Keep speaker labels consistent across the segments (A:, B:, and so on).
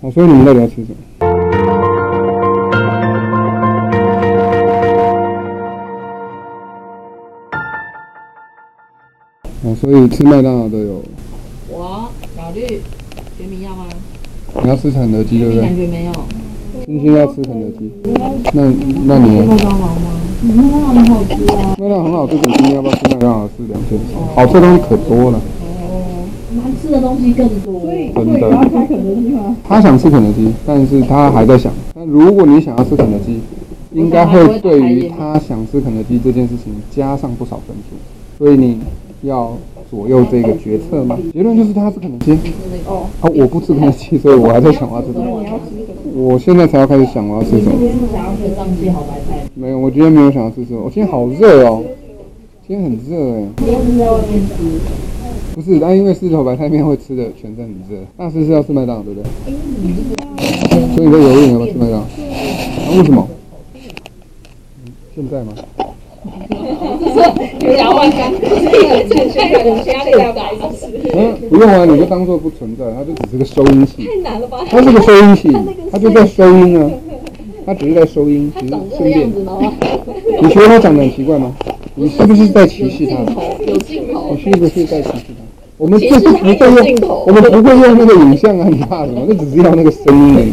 A: 啊，所以你们在聊些什么？啊，所以吃麦当劳的有，
B: 我老绿，觉明要吗？
A: 你要吃肯德基对不对
B: 你感？觉没有？
A: 星星要吃肯德基，那那你呢
B: 麦当劳吗？
A: 啊麦当劳很好吃，可是你要不要吃麦当劳是两件事。好吃的东西可多了，
B: 难吃的东西更多。
A: 真的。他想吃肯德基，但是他还在想。那如果你想要吃肯德基，应该会对于他想吃肯德基这件事情加上不少分数，所以你要左右这个决策吗？结论就是他要吃肯德基。哦，啊，我不吃肯德基，所以我还在想我要吃什么。我现在才要开始想我要吃什么。
B: 想要吃上季好白菜，
A: 没有，我今天没有想要吃什么。我今天好热哦，今天很热哎。不是，那、因为狮头白菜面会吃的全身很热。那是是要吃麦当劳，对不对？所以你在犹豫你要不要吃麦当劳？啊，为什么？现在吗？
B: 有点万干，
C: 现在我们家里要打一次，
A: 嗯，不用啊，你就当做不存在，它就只是个收音器。
C: 太难了吧？
A: 它是个收音器，它就在收音啊，它只是在收音，只是
B: 长这
A: 顺
B: 个样
A: 便。
B: 子，然后
A: 你觉得它长得很奇怪吗？你是不是在歧视它？
B: 有镜头，
A: 我是不是在歧视他？我们就是
B: 视
A: 不
B: 他有
A: 会用
B: 镜头，
A: 我们不会用那个影像啊，你怕什么？那只是要那个声音而已，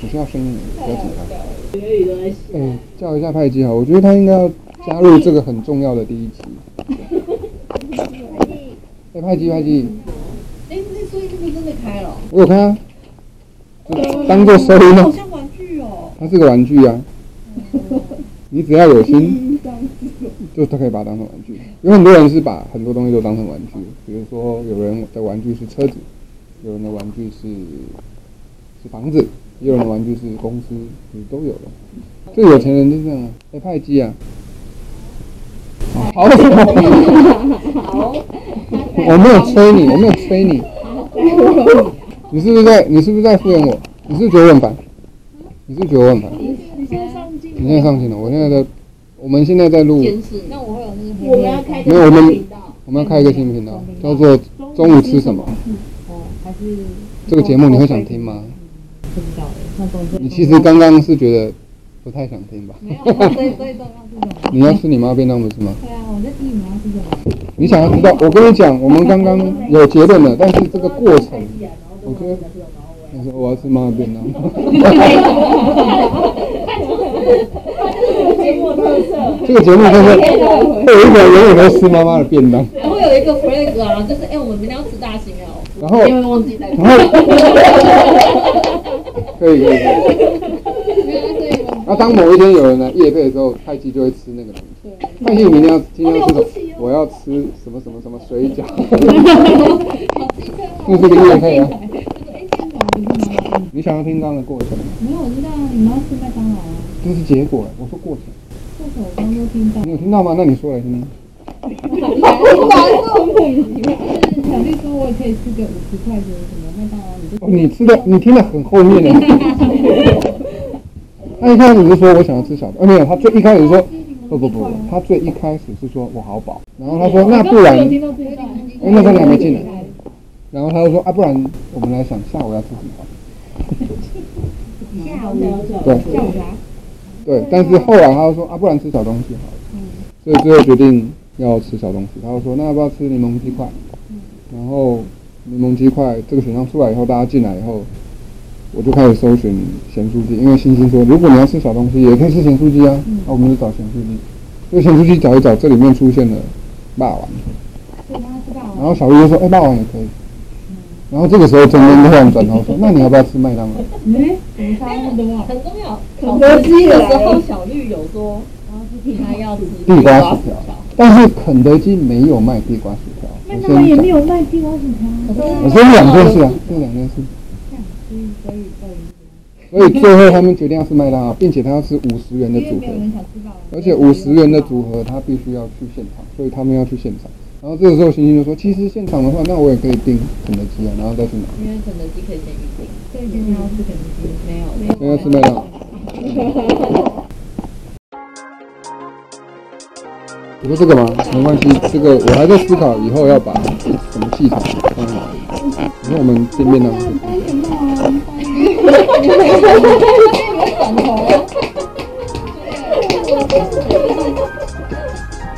A: 只是要声音而已，不要紧张。
B: 啊
A: 哎、叫一下派基好，我觉得他应该要加入这个很重要的第一集。哎、派基派基，
B: 哎，那所以这个真的开了，
A: 我有看啊，就当做收音啊，
B: 像玩具哦。
A: 它是个玩具啊，你只要有 心，就都可以把它当成玩具。有很多人是把很多东西都当成玩具，比如说有人的玩具是车子，有人的玩具是是房子，也有人的玩具是公司，你都有的。最有钱人就这样啊，哎、派基啊，哦好，我没有催你，我没有催你，你是不是在你是不是在敷衍我？你是不是觉得我很烦？你是不是觉得我很烦？你现在上镜了，我现在在，我们现在在录，
B: 监视，那我会有那个
C: 我们要开
A: 没有我们我们要开一个新频道，叫做中午吃什么。
B: 哦，还是
A: 这个节目你会想听吗？
B: 哦不知道的。那总之
A: 你其实刚刚是觉得不太想听吧？
B: 没有，最最重要是什么？
A: 你要吃你妈便当不是吗？
B: 对啊，我在第一名要是什么？
A: 你想要知道？我跟你讲，我们刚刚有结论了，但是这个过程，我觉得，你说我要吃妈妈便当，
C: 节目特色，
A: 这个节目 就是会有一个人永远都吃妈妈的便当，
B: 然后有一个 flag 啊，就是哎，我们明天要吃大型哦，
A: 然后
B: 因为忘记带。
A: 然后， 可以可以可以。那当某一天有人来夜配的时候，派基就会吃那个东西。派基，你明天要今天要吃什么？我要吃什么什么什么水饺。这是个夜配啊！你想要听刚的过程，
B: 没有，我知道啊，你们要吃麦当劳啊，
A: 这是结果。我说过程，
B: 这是我刚刚听到。
A: 你有听到吗？那你说来听听。
B: 就是小绿说，我也可以吃个五十块钱什么麦当劳，你就
A: 哦，你吃的你听的很后面 呢。他一开始是说我想要吃小的，啊没有，他最一开始说不不不，他最一开始是说我好饱，然后他说那不然，因为那时候你还没进来，然后他就说啊不然我们来想下午要吃什么好，
B: 下午
A: 对对，嗯但是后来他就说啊不然吃小东西好了，所以最后决定要吃小东西，他就说那要不要吃柠檬鸡块，然后柠檬鸡块这个选项出来以后，大家进来以后。我就开始搜寻咸酥鸡，因为星星说，如果你要吃小东西，也可以吃咸酥鸡啊。那、我们就找咸酥鸡，所以咸酥鸡找一找，这里面出现了霸王，然后小玉就说，哎、霸王也可以。嗯然后这个时候，中间突然转头说：“那你要不要吃麦当劳
B: 很重要。
C: 肯德基
B: 的
C: 的
B: 时
C: 时
B: 候，
C: 候
B: 小绿有说，他要吃
A: 地瓜薯条？”但是肯德基没有卖地瓜薯条，我
C: 他们
A: 先
C: 哎也
A: 讲
C: 没，有卖地瓜薯条，
A: 我说两件事啊，这两件事。所以最后他们决定要吃麦当劳，啊并且他要吃五十元的组合。
B: 想吃到。
A: 而且五十元的组合，他必须要去现场，所以他们要去现场。然后这个时候，星星就说：“其实现场的话，那我也可以订肯德基啊，然后再去拿，
B: 因为肯德基可以先预定。对，今天要吃肯德基。没有，没
A: 所以要吃麦当劳。”你说这个吗？没关系，这个我还在思考以后要把什么系统放哪里。你说我们订便当，
C: 单想到啊，对。